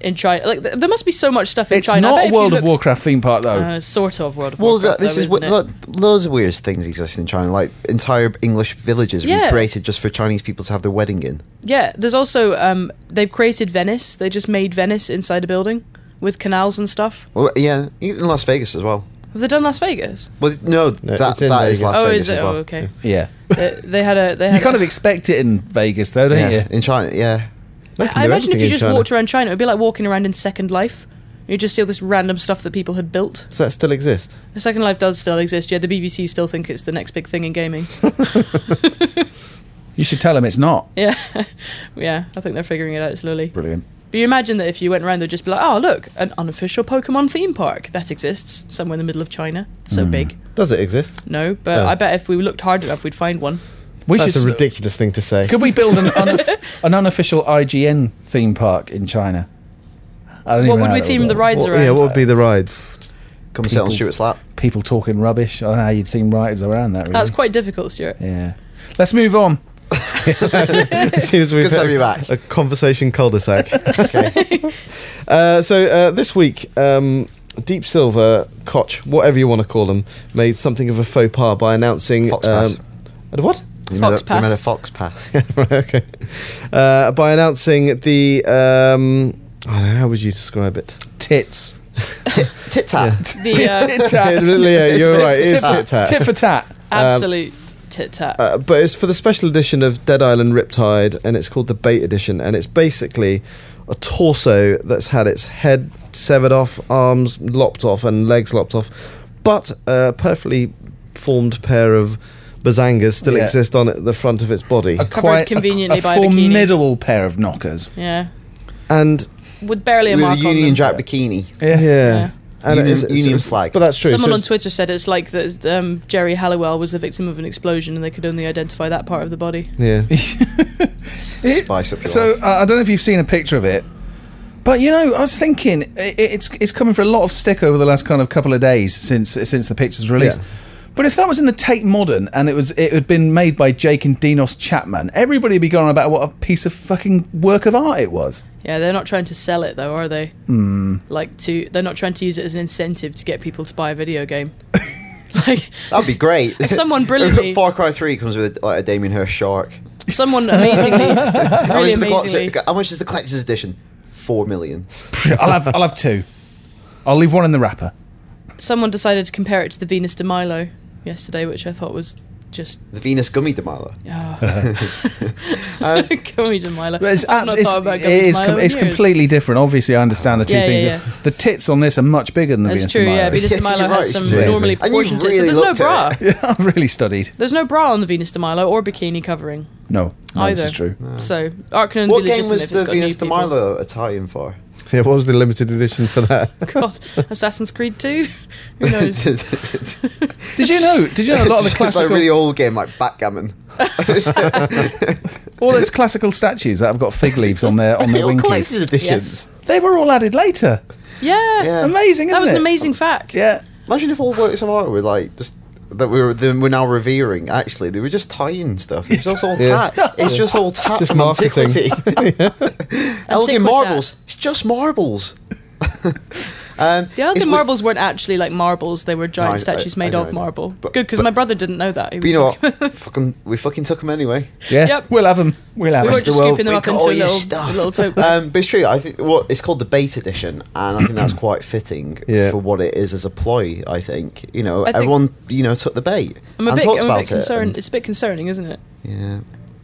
in China. Like, th- there must be so much stuff in it's China. I bet not a if you World of looked- Warcraft theme park though. Uh, sort of World of Well, Warcraft. that, this though, is what isn't it? look, loads of weird things exist in China, like entire English villages Yeah. were created just for Chinese people to have their wedding in. Yeah, there's also um, they've created Venice. They just made Venice inside a building with canals and stuff. Well, yeah, in Las Vegas as well. Have they done Las Vegas? Well, no, No, that it's in that Vegas. is Las oh, Vegas is it? as well. Oh, okay. yeah, they, they had a. They had you kind a- of expect it in Vegas though, don't Yeah, you? in China, yeah. They can I do imagine if anything you in just China. walked around China, it'd be like walking around in Second Life. You just see all this random stuff that people had built. Does that still exist? Second Life does still exist. Yeah, the BBC still think it's the next big thing in gaming. You should tell them it's not. Yeah, yeah. I think they're figuring it out slowly. Brilliant. But you imagine that if you went around, they'd just be like, "Oh, look, an unofficial Pokemon theme park that exists somewhere in the middle of China. It's so big." Does it exist? No, but Oh. I bet if we looked hard enough, we'd find one. We That's should. a s- ridiculous thing to say. could we build an, unof- an unofficial IGN theme park in China? I don't What even would know we how that theme would the work. rides What- around? yeah, what would be the rides? Come sit on People- Stuart's lap. People talking rubbish. I don't know how you'd theme rides around that. Really. That's quite difficult, Stuart. yeah. Let's move on. As soon as we've Good to had have you back. A conversation cul-de-sac. uh, so uh, this week, um, Deep Silver, Koch, whatever you want to call them, made something of a faux pas by announcing um, Fox pass. a what? You Fox made a, you made a pass. fox pass. right, okay. Uh, by announcing the um, I don't know, how would you describe it? Tits. Tit tat. The uh, Tit tat. yeah, It's you're tit- right. It is tit- tit tat. Tit for tat. absolute tit tat. Uh, but it's for the special edition of Dead Island Riptide, and it's called the Bait Edition, and it's basically a torso that's had its head severed off, arms lopped off, and legs lopped off, but a perfectly formed pair of bazangas still Yeah. exist on it, the front of its body, A Covered quite conveniently a, a by a bikini. formidable pair of knockers. yeah, and with barely a With a mark on Union them. Jack bikini. yeah, Yeah. And Union- Union flag. But that's true. Someone so on it's- Twitter said it's like that um, Jerry Halliwell was the victim of an explosion and they could only identify that part of the body. yeah. It- Spice up your so life. uh, I don't know if you've seen a picture of it, but you know, I was thinking it, it's it's coming for a lot of stick over the last kind of couple of days since since the picture's released. Yeah. But if that was in the Tate Modern and it was it had been made by Jake and Dinos Chapman, everybody would be going on about what a piece of fucking work of art it was. Yeah, they're not trying to sell it though, are they? Hmm. Like to, they're not trying to use it as an incentive to get people to buy a video game. like That'd be great. someone brilliantly- Far Cry 3 comes with a, like a Damien Hirst shark. someone amazingly, How much, really is the amazingly, collector, how much is the collector's edition? Four million. I'll have I'll have two. I'll leave one in the wrapper. someone decided to compare it to the Venus de Milo yesterday, which I thought was just. The Venus Gummy Demaler. Oh. Um, Gummy de Milo. But it's I've abs- not it's, thought about it Gummy is de Milo com- in it's years. completely different. Obviously, I understand the two Yeah, yeah, things. yeah. The tits on this are much bigger than the That's Venus de true, Milo. yeah. Venus de Yeah, Milo you're has right, some it's amazing. normally And you proportioned tits, really so there's no looked at bra. it. I've really studied. There's no bra on the Venus de Milo or bikini covering. No, no Either. this is true. So Arcanon What game was the Venus de Milo Italian for? Yeah, what was the limited edition for that? God, Assassin's Creed 2? Who knows? It's Did you know? Did you know a lot of the like classical, a really old game like backgammon. all those classical statues that have got fig leaves on their on their Little collector's winkies? editions. They were all added later. yeah. Yeah. Amazing, isn't That was it? an amazing fact. Yeah. Imagine if all works of art were like just that we were then we're now revering. Actually, they were just tying stuff. It's just all Yeah. tat. It's just all tat Just from marketing. antiquity. Elgin Antiquity. marbles. It's just marbles. um, The other it's wi- marbles weren't actually like marbles; they were giant No, I- statues I- I made know, I of know. marble. Good 'cause But- Good, because but- my brother didn't know that. He But was you know talking- what? fucking, we fucking took them anyway. Yeah. Yep. We'll have them. We'll have we them. were just scooping them we up got into a all your little, a stuff. little tote. bag. Um, but it's true. I think what it's called the bait edition, and I think that's quite fitting Yeah. for what it is as a ploy. I think you know I think- everyone you know took the bait I'm a and bit, talked I'm a about bit concerned. it. It's a bit concerning, isn't it? and- yeah,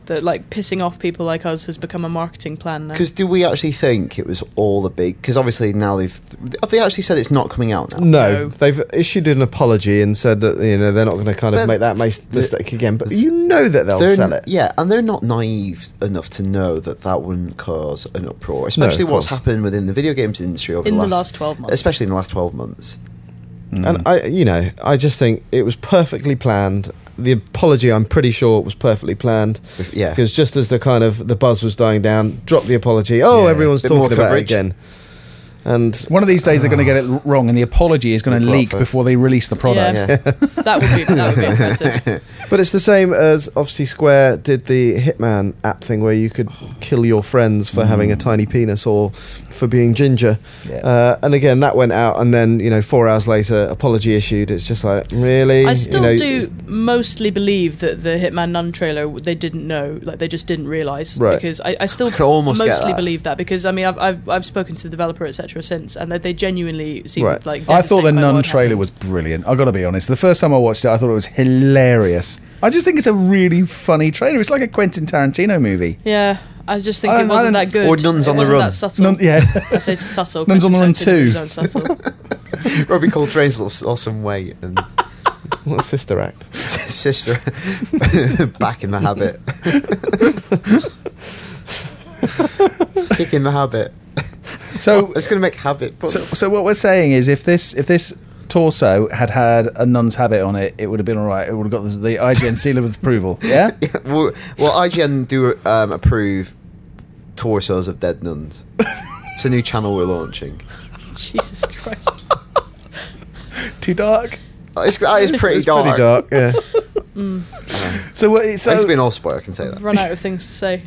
That like pissing off people like us has become a marketing plan now. because do we actually think it was all a big? Because obviously now they've have they actually said it's not coming out now. No, No. they've issued an apology and said that you know they're not going to kind of But make that mas- mistake again. But you know that they'll They're- sell it. Yeah, and they're not naive enough to know that that wouldn't cause an uproar, especially what's course. happened within the video games industry over In the the last, last 12 months. especially in the last twelve months. Mm. And I, you know, I just think it was perfectly planned. the apology, I'm pretty sure, was perfectly planned. With- yeah. Because just as the kind of the buzz was dying down, drop the apology. Oh, Yeah. everyone's Bit more talking about it coverage. again. And One of these days they're going to get it l- wrong, and the apology is going to Well, leak first. before they release the product. Yeah. That would be that would be impressive. But it's the same as obviously Square did the Hitman app thing where you could kill your friends for having a Mm. tiny penis or for being ginger. Yeah. Uh, and again, that went out, and then you know, four hours later, apology issued. It's just like really. I You still know, do it's- mostly believe that the Hitman Nun trailer they didn't know, like they just didn't realize. Right. Because I, I still Could almost get mostly that. believe that because I mean I've I've, I've spoken to the developer etc. since and they, they genuinely seem Right. like. I thought the devastated by Nun what trailer happened. was brilliant. I got to be honest. The first time I watched it, I thought it was hilarious. I just think it's a really funny trailer. It's like a Quentin Tarantino movie. Yeah, I just think I it don't- I wasn't don't- that good. Or Nuns It on the wasn't Run. That subtle. Nun, yeah, I say subtle. Nuns on the Run Quentin Tarantino's two. own subtle. Robbie Coltrane's lost, lost some weight and What's Sister Act? sister back in the habit. Kicking the habit. So, It's going to make habit. puns. so, so what we're saying is, if this if this torso had had a nun's habit on it, it would have been all right. It would have got the, the IGN seal of approval. Yeah. well, well, IGN do um, approve torsos of dead nuns. It's a new channel we're launching. Jesus Christ. Too dark. Oh, It's, that is pretty It's dark. pretty dark. Yeah. So what? I So, used to be an all spoiler, I can say that. Run out of things to say.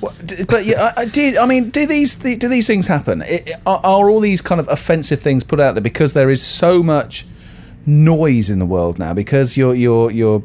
What- d- but yeah, I, I do. I mean, do these th- do these things happen? I I- are, are all these kind of offensive things put out there because there is so much noise in the world now? Because you're you're you're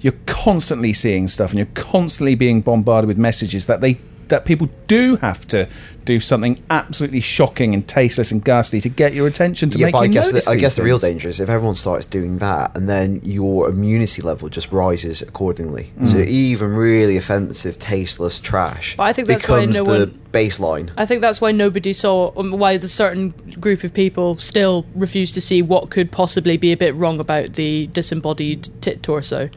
you're constantly seeing stuff and you're constantly being bombarded with messages that they that people do have to do something absolutely shocking and tasteless and ghastly to get your attention to yeah, make but you I guess notice the, I these guess the real things. danger is if everyone starts doing that, and then your immunity level just rises accordingly. So even really offensive, tasteless trash But I think that's why becomes no the one- baseline. I think that's why nobody saw, um, why the certain group of people still refuse to see what could possibly be a bit wrong about the disembodied tit torso.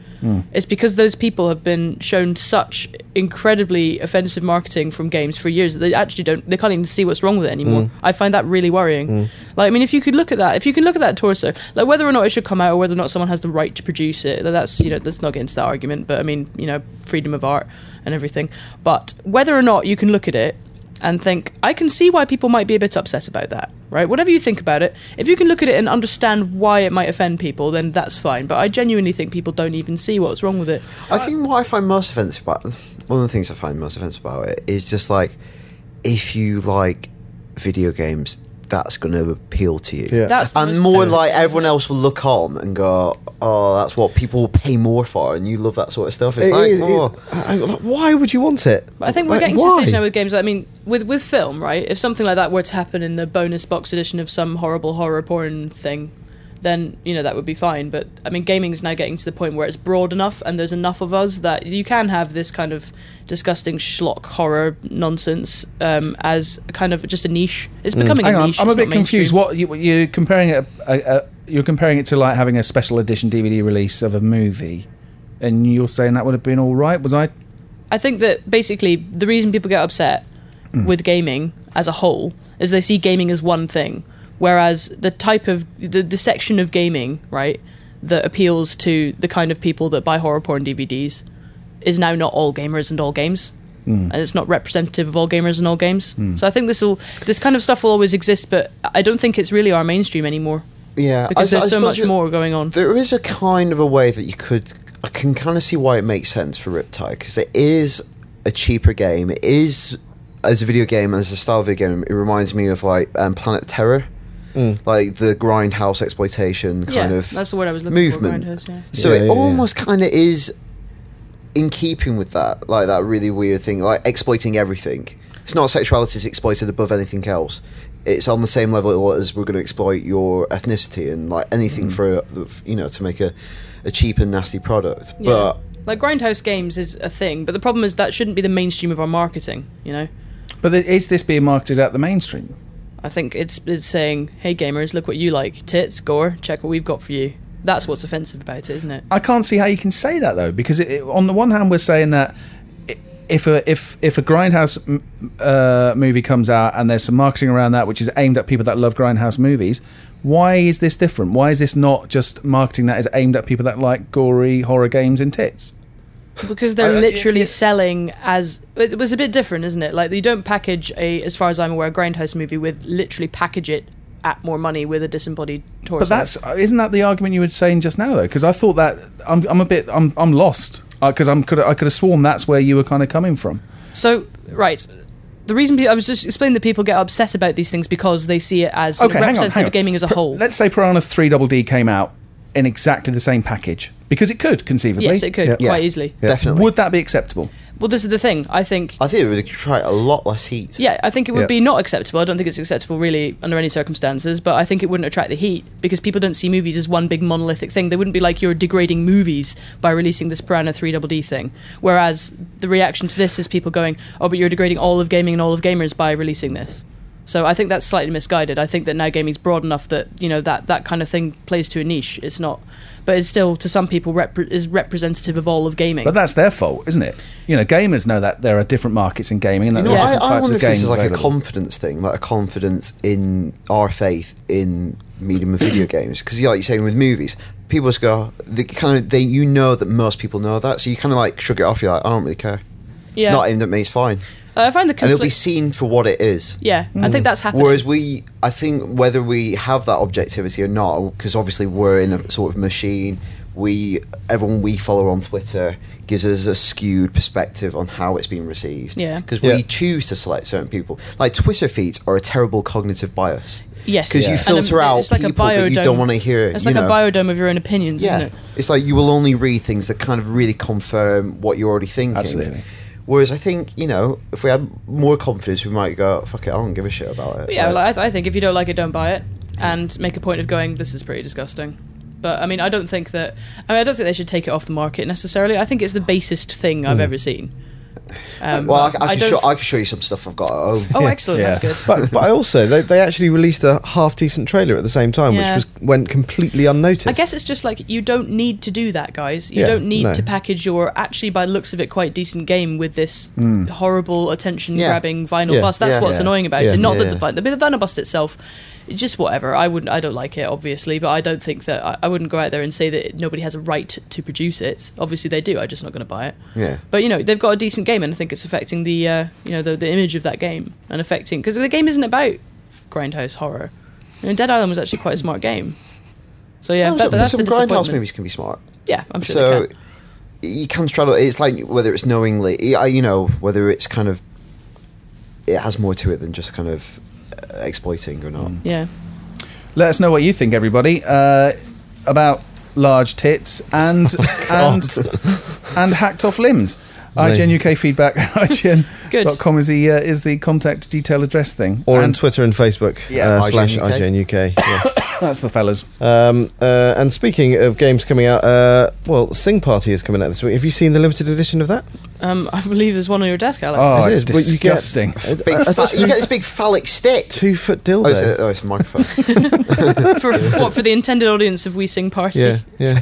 It's because those people have been shown such incredibly offensive marketing from games for years that they actually don't, they can't even see what's wrong with it anymore. I find that really worrying. Like, I mean, if you could look at that, if you can look at that torso, like whether or not it should come out or whether or not someone has the right to produce it, tha- that's, you know, let's not get into that argument, but I mean, you know, freedom of art and everything. But whether or not you can look at it, and think, I can see why people might be a bit upset about that, right? Whatever you think about it, if you can look at it and understand why it might offend people, then that's fine. But I genuinely think people don't even see what's wrong with it. I think what I find most offensive about one of the things I find most offensive about it is just like if you like video games, that's going to appeal to you. Yeah. That's the and most more offensive like thing, everyone else will look on and go, "Oh, that's what people pay more for," and you love that sort of stuff. It's It like, is- it- oh, I- I'm like, why would you want it? But I think we're Like, getting to the why? stage now with games. I mean, with with film, right? If something like that were to happen in the bonus box edition of some horrible horror porn thing, then you know that would be fine. But I mean, gaming is now getting to the point where it's broad enough, and there's enough of us that you can have this kind of disgusting schlock horror nonsense um, as a kind of just a niche. It's becoming Mm. Hang a on, niche. I'm a it's bit not mainstream. confused. What you, you're comparing it? A, a, you're comparing it to like having a special edition DVD release of a movie, and you're saying that would have been all right. Was I? I think that basically the reason people get upset with gaming as a whole is they see gaming as one thing, whereas the type of the, the section of gaming, right, that appeals to the kind of people that buy horror porn DVDs is now not all gamers and all games. And it's not representative of all gamers and all games. So I think this will, this kind of stuff will always exist, but I don't think it's really our mainstream anymore yeah. because I- I there's so suppose much it- more going on. There is a kind of a way that you could. I can kind of see why it makes sense for Riptide because it is a cheaper game. It is as a video game, as a style of video game. It reminds me of like um, Planet Terror, like the grindhouse exploitation kind yeah, of that's the word I was looking movement. for. Grindhouse, yeah. So Yeah, it yeah, yeah. almost kind of is in keeping with that, like that really weird thing, like exploiting everything. It's not sexuality is exploited above anything else. It's on the same level as we're going to exploit your ethnicity and like anything Mm. for the- you know to make a, a cheap and nasty product. Yeah. But like grindhouse games is a thing, but the problem is that shouldn't be the mainstream of our marketing. You know, But th- is this being marketed at the mainstream? I think it's it's saying, "Hey gamers, look what you like: tits, gore. Check what we've got for you." That's what's offensive about it, isn't it? I can't see how you can say that though, because it, it- on the one hand we're saying that it, if a if if a grindhouse m- uh, movie comes out and there's some marketing around that which is aimed at people that love grindhouse movies, why is this different? Why is this not just marketing that is aimed at people that like gory horror games and tits? because they're I- I- literally yeah. selling as it was a bit different isn't it like you don't package a as far as i'm aware a grindhouse movie with literally package it at more money with a disembodied torso But that's uh, isn't that the argument you were saying just now though? Because I thought that I'm I'm a bit I'm I'm lost because I'm could I could have sworn that's where you were kind of coming from. so right the reason pe- i was just explaining that people get upset about these things because they see it as Okay, hang on, representative hang on. of gaming as a Pr- whole Let's say Piranha 3 Double D came out in exactly the same package because it could conceivably. yes it could Yeah. quite easily Definitely. Would that be acceptable? well this is the thing i think I think it would attract a lot less heat. Yeah, I think it would Yeah. be not acceptable. I don't think it's acceptable really under any circumstances, but I think it wouldn't attract the heat because people don't see movies as one big monolithic thing. They wouldn't be like you're degrading movies by releasing this Piranha 3 Double D thing. Whereas the reaction to this is people going, "Oh, but you're degrading all of gaming and all of gamers by releasing this." So I think that's slightly misguided. I think that now gaming's broad enough that, you know, that that kind of thing plays to a niche. It's not but it's still to some people repre- is representative of all of gaming. But that's their fault, isn't it? You know, gamers know that there are different markets in gaming and that You know, there Yeah. are I, different I types of wonder if this games. is like a available. confidence thing, like a confidence in our faith in medium of video games. Because like you're saying with movies, people just go, they kind of, they you know that most people know that, so you kind of like shrug it off. You're like, I don't really care. yeah. Not aimed at me, it's fine, Uh, I find the and it'll be conflict seen Mm. for what it is. Yeah, I think that's happening. Whereas we, I think whether we have that objectivity or not, because obviously we're in a sort of machine. We everyone we follow on Twitter gives us a skewed perspective on how it's been received. Yeah. because Yeah. we choose to select certain people. Like Twitter feeds are a terrible cognitive bias. Yes, because Yeah. you And, um, filter out it's like a people that you biodome. don't want to hear. It's you like know? a biodome of your own opinions, Yeah, isn't it? it's like you will only read things that kind of really confirm what you're already thinking. Absolutely. Whereas I think you know, if we had more confidence, we might go, "Fuck it, I don't give a shit about Oh, it." But yeah, Like- well, I, th- I think if you don't like it, don't buy it, and make a point of going, this is pretty disgusting. But I mean, I don't think that. I mean, I don't think they should take it off the market necessarily. I think it's the basest thing I've ever seen. Um, Hmm. well, I, but I, can don't show, f- I can show you some stuff I've got at home. oh, excellent! Yeah. That's good. But, but I also they, they actually released a half decent trailer at the same time, which Yeah. was went completely unnoticed. I guess it's just like you don't need to do that, guys. You Yeah, don't need no. to package your actually, by the looks of it, quite decent game with this horrible attention-grabbing vinyl Yeah, bust. That's yeah, what's yeah. annoying about Yeah, it. Not yeah. that the, vi- the, the vinyl bust itself, just whatever. I wouldn't. I don't like it, obviously, but I don't think that I, I wouldn't go out there and say that nobody has a right to produce it. Obviously, they do. I'm just not going to buy it. Yeah. But you know, they've got a decent game, and I think it's affecting the uh, you know the, the image of that game and affecting because the game isn't about grindhouse horror. You know, Dead Island was actually quite a smart game. So yeah, Oh, that, so- that's some the grindhouse disappointment. movies can be smart. Yeah, I'm sure so they can. you can straddle. It's like whether it's knowingly, I- you know, whether it's kind of it has more to it than just kind of uh, exploiting or not. Yeah. Let us know what you think, everybody, uh, about large tits and and and hacked off limbs. Oh Amazing. IGN UK feedback. IGN.com is the uh, is the contact detail address thing. or on and Twitter and Facebook Yeah, uh, IGN slash UK. IGN UK. Yes. that's the fellas. Um, uh, and speaking of games coming out, uh, well, Sing Party is coming out this week. Have you seen the limited edition of that? Um, I believe there's one on your desk, Alex. Oh, It it's is, but you get- disgusting. Big fa- you get this big phallic stick. Two foot Oh, it's dildo. a, oh, it's a microphone. Oh. for what for the intended audience of We Sing Party? yeah, yeah.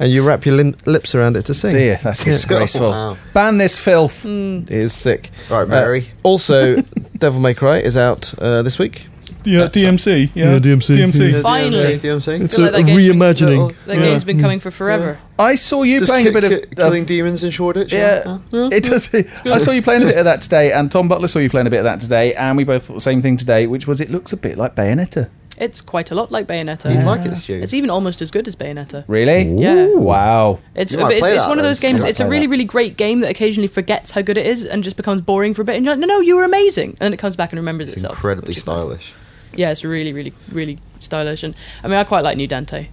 and you wrap your lin- lips around it to sing. Dear, that's Yeah. disgraceful. Wow. Ban this filth. Hmm. It is sick. Right, Mary. Uh, also, Devil May Cry is out uh, this week. Yeah, That's DMC. Yeah, Yeah, DMC, DMC. yeah. Finally. Do you know what I'm saying? I feel like that game's been- That Yeah. game's been coming for forever. I saw you Just playing ki- a bit of ki- uh, killing demons in Shoreditch. Yeah, it does. I saw you playing a bit of that today, and Tom Butler saw you playing a bit of that today, and we both thought the same thing today, which was it looks a bit like Bayonetta. It's quite a lot like Bayonetta. You'd like it, Stu. It's even almost as good as Bayonetta. Really? Yeah. Wow. It's You might it's, play it's that one of then, those Stu. games. You might It's a play really that. really great game that occasionally forgets how good it is and just becomes boring for a bit. And you're like, no, no, you were amazing. And then it comes back and remembers It's itself. incredibly which is nice. stylish. Yeah, it's really really really stylish. And I mean, I quite like New Dante.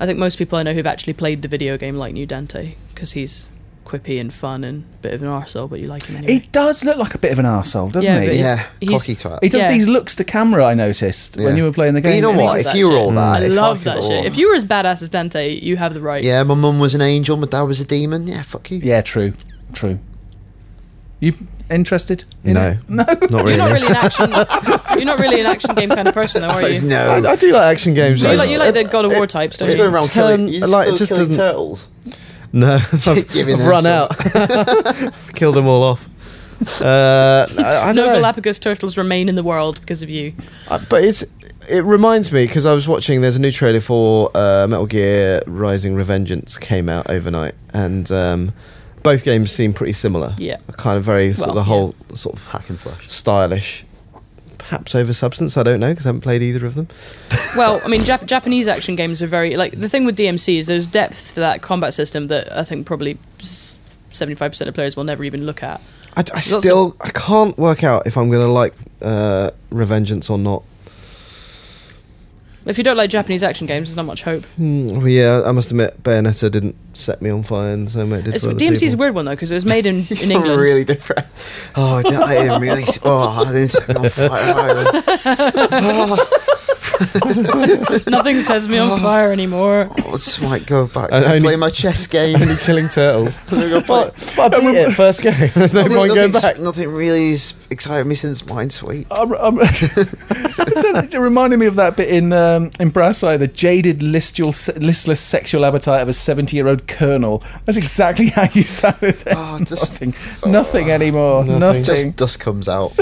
I think most people I know who've actually played the video game like New Dante because he's quippy and fun and a bit of an arsehole, but you like him anyway. He does look like a bit of an arsehole, doesn't Yeah, he? but it's- Yeah, he's- cocky twat. He does Yeah. these looks to camera, I noticed, when Yeah. you were playing the But game. you know And he what? was If like- you were shit. all that, I if I love could that have shit. all- If you were as badass as Dante, you have the right. Yeah, my mum was an angel, my dad was a demon. Yeah, fuck you. Yeah, true. True. You interested? in No. it? No. Not You're really. not really an action. you're not really an action game kind of person, though, are you? No. I, I do like action games. You I like, just- you like the God of War types, don't It's you? going around Turn- killing, you're like, it still just killing doesn't- turtles. No, I've, Give me an I've run out. answer. Killed them all off. Uh, I, I don't no know. Galapagos turtles remain in the world because of you. Uh, but it's it reminds me because I was watching. There's a new trailer for uh, Metal Gear Rising: Revengeance came out overnight, and um, both games seem pretty similar. Yeah. kind of very sort of Well, the yeah. whole sort of Hack and slash. stylish, perhaps over substance. I don't know because I haven't played either of them. Well, I mean, Jap- Japanese action games are very like the thing with DMC is there's depth to that combat system that I think probably seventy five percent of players will never even look at. I, I Lots of- still I can't work out if I'm going to like uh, Revengeance or not. If you don't like Japanese action games, there's not much hope. Hmm, well, yeah, I must admit Bayonetta didn't set me on fire, and so it did. It's, for other DMC is a people. weird one though because it was made in, It's in England. really different. Oh, I didn't, I didn't really. s- Oh, I didn't set me on fire. either. Nothing sets me on fire anymore. Oh, I just might go back And to only- play my chess game. Only killing turtles. I'm gonna go play- But, but I beat it first game. There's no Nothing- point going nothing's- back. Nothing really has excited me since Minesweep. I'm, I'm- It's- it reminded me of that bit in um, in Brass Eye, the jaded listual, listless sexual appetite of a seventy year old colonel. That's exactly how you sounded. There. Oh, just- Oh. nothing, nothing anymore. Nothing. Nothing. Just dust comes out.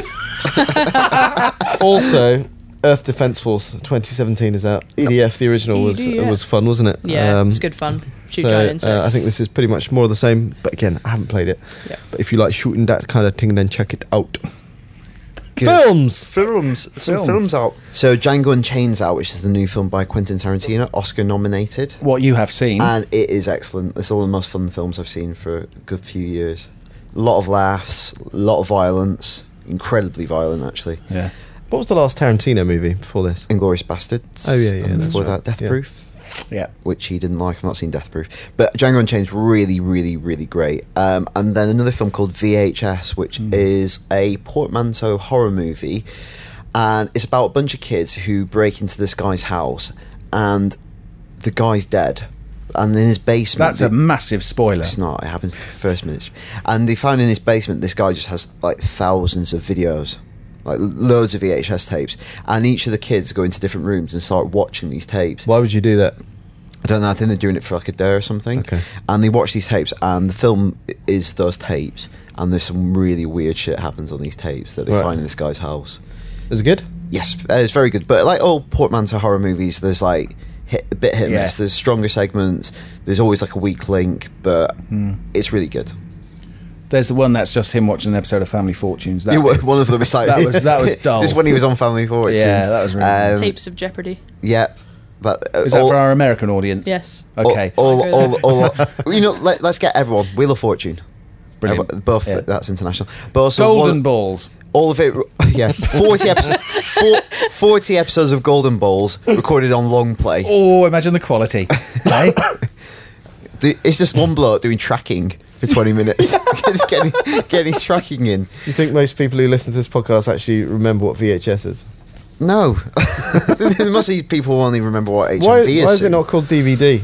Also, Earth Defense Force 2017 is out. E EDF, the original, was EDF. was fun, wasn't it? E Yeah, Um, it's good fun. Shoot so, giant uh, I insects. think this is pretty much more of the same, but again, I haven't played it. Yeah. But if you like shooting that kind of thing, then check it out. Good. Films! Films, some Films. films out. So Django Unchained's out, which is the new film by Quentin Tarantino, Oscar nominated, what you have seen. and it is excellent. It's one of the most fun films I've seen for a good few years. A lot of laughs, a lot of violence, incredibly violent actually. yeah. What was the last Tarantino movie before this? Inglorious Bastards. Oh, yeah, yeah, And that's before right. that, Death Yeah. Proof. Yeah. which he didn't like. I've not seen Death Proof, but Django Unchained's really, really, really great. Um, and then another film called VHS, which Hmm. is a portmanteau horror movie, and it's about a bunch of kids who break into this guy's house, and the guy's dead, and in his basement. That's a they- massive spoiler. it's not. It happens in the first minutes. And they found in his basement this guy just has like thousands of videos, like loads of VHS tapes. And each of the kids go into different rooms and start watching these tapes. Why would you do that? I don't know. I think they're doing it for like a day or something. Okay. And they watch these tapes, and the film i- is those tapes, and there's some really weird shit happens on these tapes that they Right. find in this guy's house. Is it good? Yes, uh, it's very good. But like all portmanteau horror movies, there's like hit, a bit hit and Yeah. miss. There's stronger segments. There's always like a weak link, but it's really good. There's the one that's just him watching an episode of Family Fortunes. That You were- bit. one of them is like That was- that was dull. Just when he was on Family Fortunes. Yeah, that was really Um, Tapes of Jeopardy. Yep. That, uh, Is that all- for our American audience? Yes. Okay. All, Okay. all, all, all- you know, let, us get everyone. Wheel of Fortune. Brilliant. Everyone- Both Yeah. that's international, but also Golden one- balls. all of it. Yeah, forty episodes. forty episodes of Golden Balls recorded on long play. Oh, imagine the quality. eh? Do- It's just one bloke doing tracking for twenty minutes. just getting, getting his tracking in. Do you think most people who listen to this podcast actually remember what VHS is? No, there must be people who only remember what HMV Why, why is. is it soon. not called DVD?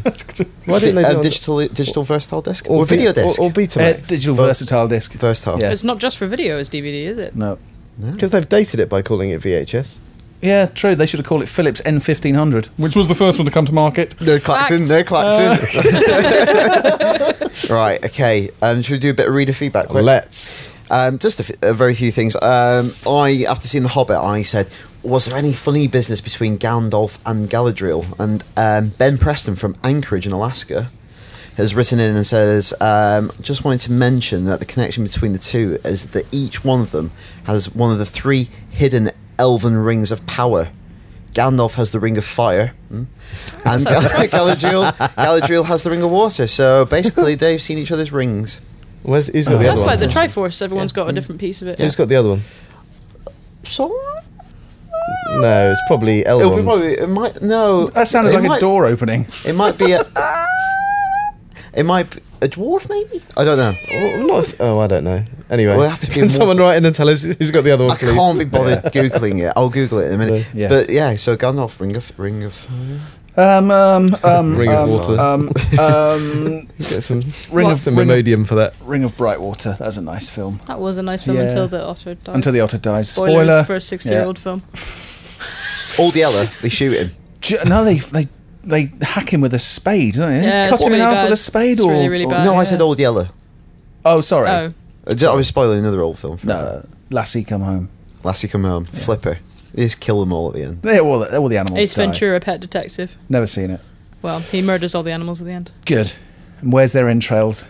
Why didn't they Di- do uh, it- digital digital versatile disc or, or vi- video disc? or, or Uh, Betamax? digital versatile disc. versatile. Yeah. It's not just for video as DVD, is it? No. Because they've dated it by calling it VHS. Yeah, true. They should have called it Philips N1500, which was the first one to come to market. No Claxon, no Claxon. right, okay. Um, should we do a bit of reader feedback? Quick? Let's. Um, just a, f- a very few things. Um, I, after seeing The Hobbit, I said, was there any funny business between Gandalf and Galadriel? And um, Ben Preston from Anchorage in Alaska has written in and says, um, just wanted to mention that the connection between the two is that each one of them has one of the three hidden elven rings of power. Gandalf has the ring of fire, hmm? and Gal- Galadriel, Galadriel has the ring of water. So basically, they've seen each other's rings. Where's, who's got the Uh, That's other like the one? Mm. Triforce. Everyone's got a different piece of it. Who's got the other one? So No, it's probably It'll be Elrond. probably, it might no. That sounded it like might- a door opening. It might be a. it might be a dwarf, maybe. I don't know. Well, not if- oh, I don't know. Anyway, We'll have to be can more- someone write in and tell us who's got the other one? I please? can't be bothered googling it. I'll Google it in a minute. Yeah. But yeah, so Gandalf, ring of, ring of. Um, um, um, Ring of um, water. Um, um, Get some Ring get of- some Ring of- Imodium for that. Ring of Bright Water. That's a nice film. That was a nice film Yeah. until the Otter died. Until the otter dies. Spoilers Spoiler. for a 60 year old film. Old Yeller, they shoot him. Ju- no, they they they hack him with a spade, don't they? Yeah, Cut it's him really in half bad. with a spade, It's or, really, really or- bad. no, I yeah. said Old Yeller. oh, sorry, Oh, I ju- I was spoiling another old film. For no. no, Lassie come home. Lassie Come Home, Flipper. They just kill them all at the end. They all, all the animals. Ace die. Ventura, Pet Detective. Never seen it. Well, he murders all the animals at the end. Good. And where's their entrails?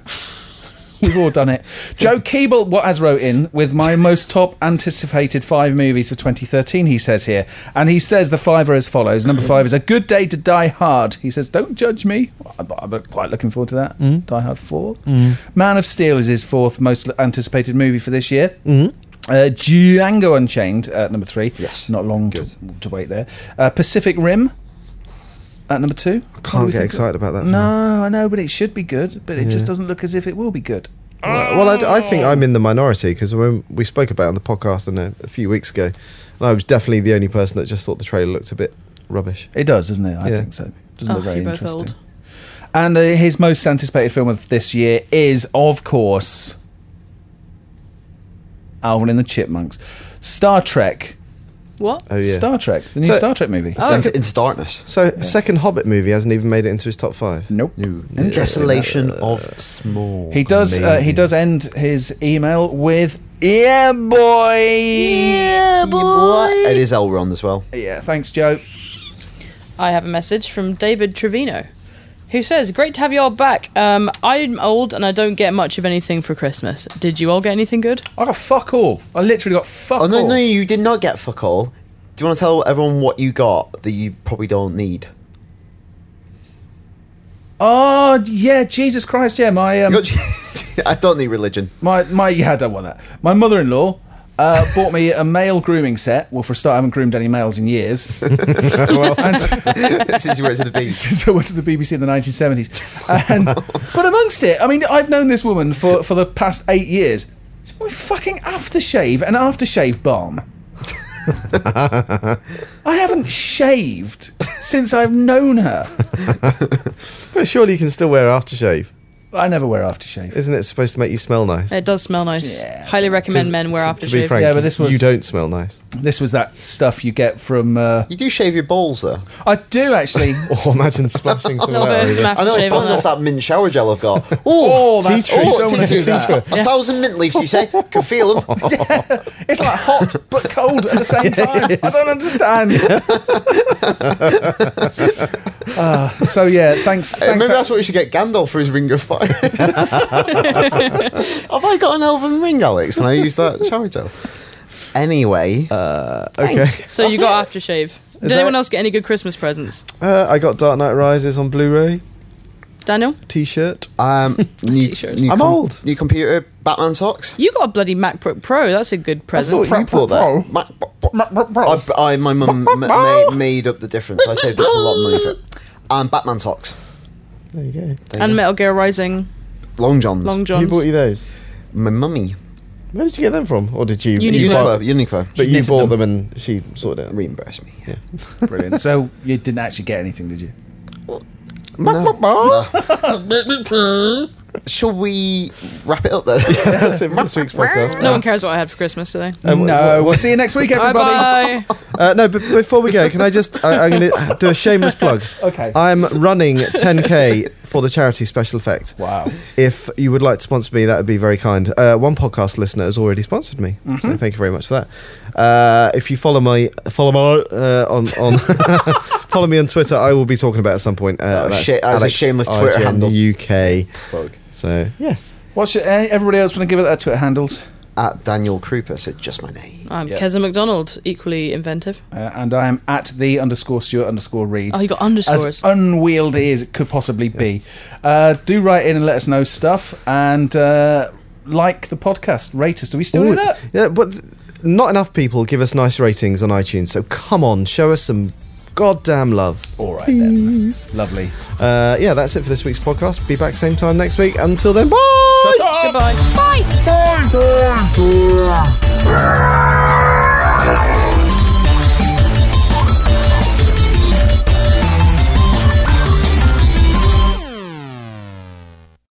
We've all done it. Joe Keeble what has wrote in with my most top anticipated five movies for 2013. He says here, and he says the five are as follows. Mm-hmm. Number five is A Good Day to Die Hard. He says, "Don't judge me." I'm- I'm quite looking forward to that. Mm-hmm. Die Hard Four. Man of Steel is his fourth most anticipated movie for this year. Mm? Mm-hmm. Uh, Django Unchained at number three. Yes. not long to, Good. to wait there. Uh, Pacific Rim at number two. What do Can't we get think of- excited about that. film. no, I know, but it should be good, but it just Yeah. doesn't look as if it will be good. Well, I d- I, think I'm in the minority because when we spoke about it on the podcast and a, a few weeks ago, and I was definitely the only person that just thought the trailer looked a bit rubbish. It does, doesn't it? I Yeah. think so. Doesn't Oh, look very you're both interesting. old. And uh, his most anticipated film of this year is, of course, Alvin and the Chipmunks, Star Trek, What? Oh yeah. Star Trek, the new So- Star Trek movie. Oh, Sent okay. into darkness. so second Hobbit movie hasn't even made it into his top five. Nope. The Desolation of Small. He does. Uh, he does end his email with "Yeah, boy." Yeah, It is Elrond as well. Yeah. Thanks, Joe. I have a message from David Trevino, who says, "Great to have you all back. Um, I'm old and I don't get much of anything for Christmas. Did you all get anything good? I got fuck all. I literally got fuck Oh, no, all. no, you did not get fuck all. Do you want to tell everyone what you got that you probably don't need? Oh yeah, Jesus Christ, yeah. My um, You got- I don't need religion. my my yeah, I don't want that. My mother-in-law uh, bought me a male grooming set. Well, for a start, I haven't groomed any males in years. and, This is where it's the beast. since I went to the BBC in the 1970s, and but amongst it, I mean, I've known this woman for for the past eight years. She's my fucking aftershave and aftershave balm. I haven't shaved since I've known her. But surely you can still wear aftershave. I never wear aftershave. Isn't it supposed to make you smell nice? It does smell nice. Yeah. Highly recommend 'Cause men wear to- To be aftershave. frank, Yeah, but this was- you don't smell nice. This was that stuff you get from. Uh, You do shave your balls, though. I do actually. Or imagine splashing some little bit of of that. smack- I know it's Shave better on than that. that mint shower gel I've got. Ooh, Oh, tea that's tree. tree. Oh, Don't wanna tea do tree. that. A thousand mint leaves, you say? Can feel them. It's like hot but cold at the same time. I don't understand. uh, so yeah, thanks. thanks uh, Maybe that's what we should get Gandalf for his ring of fire. Have I got an elven ring, Alex, when I use that shower gel? Anyway, Okay. So you got aftershave. Did that- anyone else get any good Christmas presents? Uh, I got Dark Knight Rises on Blu-ray Daniel, T-shirt. um, new, T-shirt. I'm old. New computer, Batman socks. you got a bloody MacBook Pro. That's a good I present. thought you bought Pro. that. Ma- I, I, my mum ma- ma- made up the difference. I saved up a lot of money for it. And Batman socks, There you go. and Metal Gear Rising, long johns. Long Who Johns. bought you those? my mummy, Where did you get them from? Or did you? Uniqlo. you bought- Uniqlo, Uniqlo. But She you knitted bought them. and she sorted it. out. reimburse me. Yeah. Brilliant. So you didn't actually get anything, did you? No. No. Shall we wrap it up then? That's it for this week's podcast. no one cares what I had for Christmas, do they? Um, no. wh- We'll see you next week, Bye everybody. bye. Uh, no, but before we go, can I just? I, I'm going to do a shameless plug. Okay. I'm running 10k for the charity Special Effect. Wow. If you would like to sponsor me, that would be very kind. Uh, one podcast listener has already sponsored me, so thank you very much for that. Uh, if you follow my follow my uh, on on follow me on Twitter, I will be talking about it at some point. Uh, Oh, shit, that's a shameless Twitter RGN handle. UK. Plug. So yes, What's your, eh, everybody else want to give it their Twitter handles? At Daniel Krupa said just my name. I'm Yeah. Keza McDonald, equally inventive. Uh, and I am at the underscore Stuart underscore Reed. Oh, you got as underscores. unwieldy as it could possibly be. Uh, do write in and let us know stuff and uh, like the podcast, rate us. Do we still do Ooh, that? Yeah, but th- not enough people give us nice ratings on iTunes. So come on, show us some goddamn love. All right then. Lovely. Uh, yeah, that's it for this week's podcast. Be back same time next week. Until then, bye. Goodbye. Bye. Bye. Bye.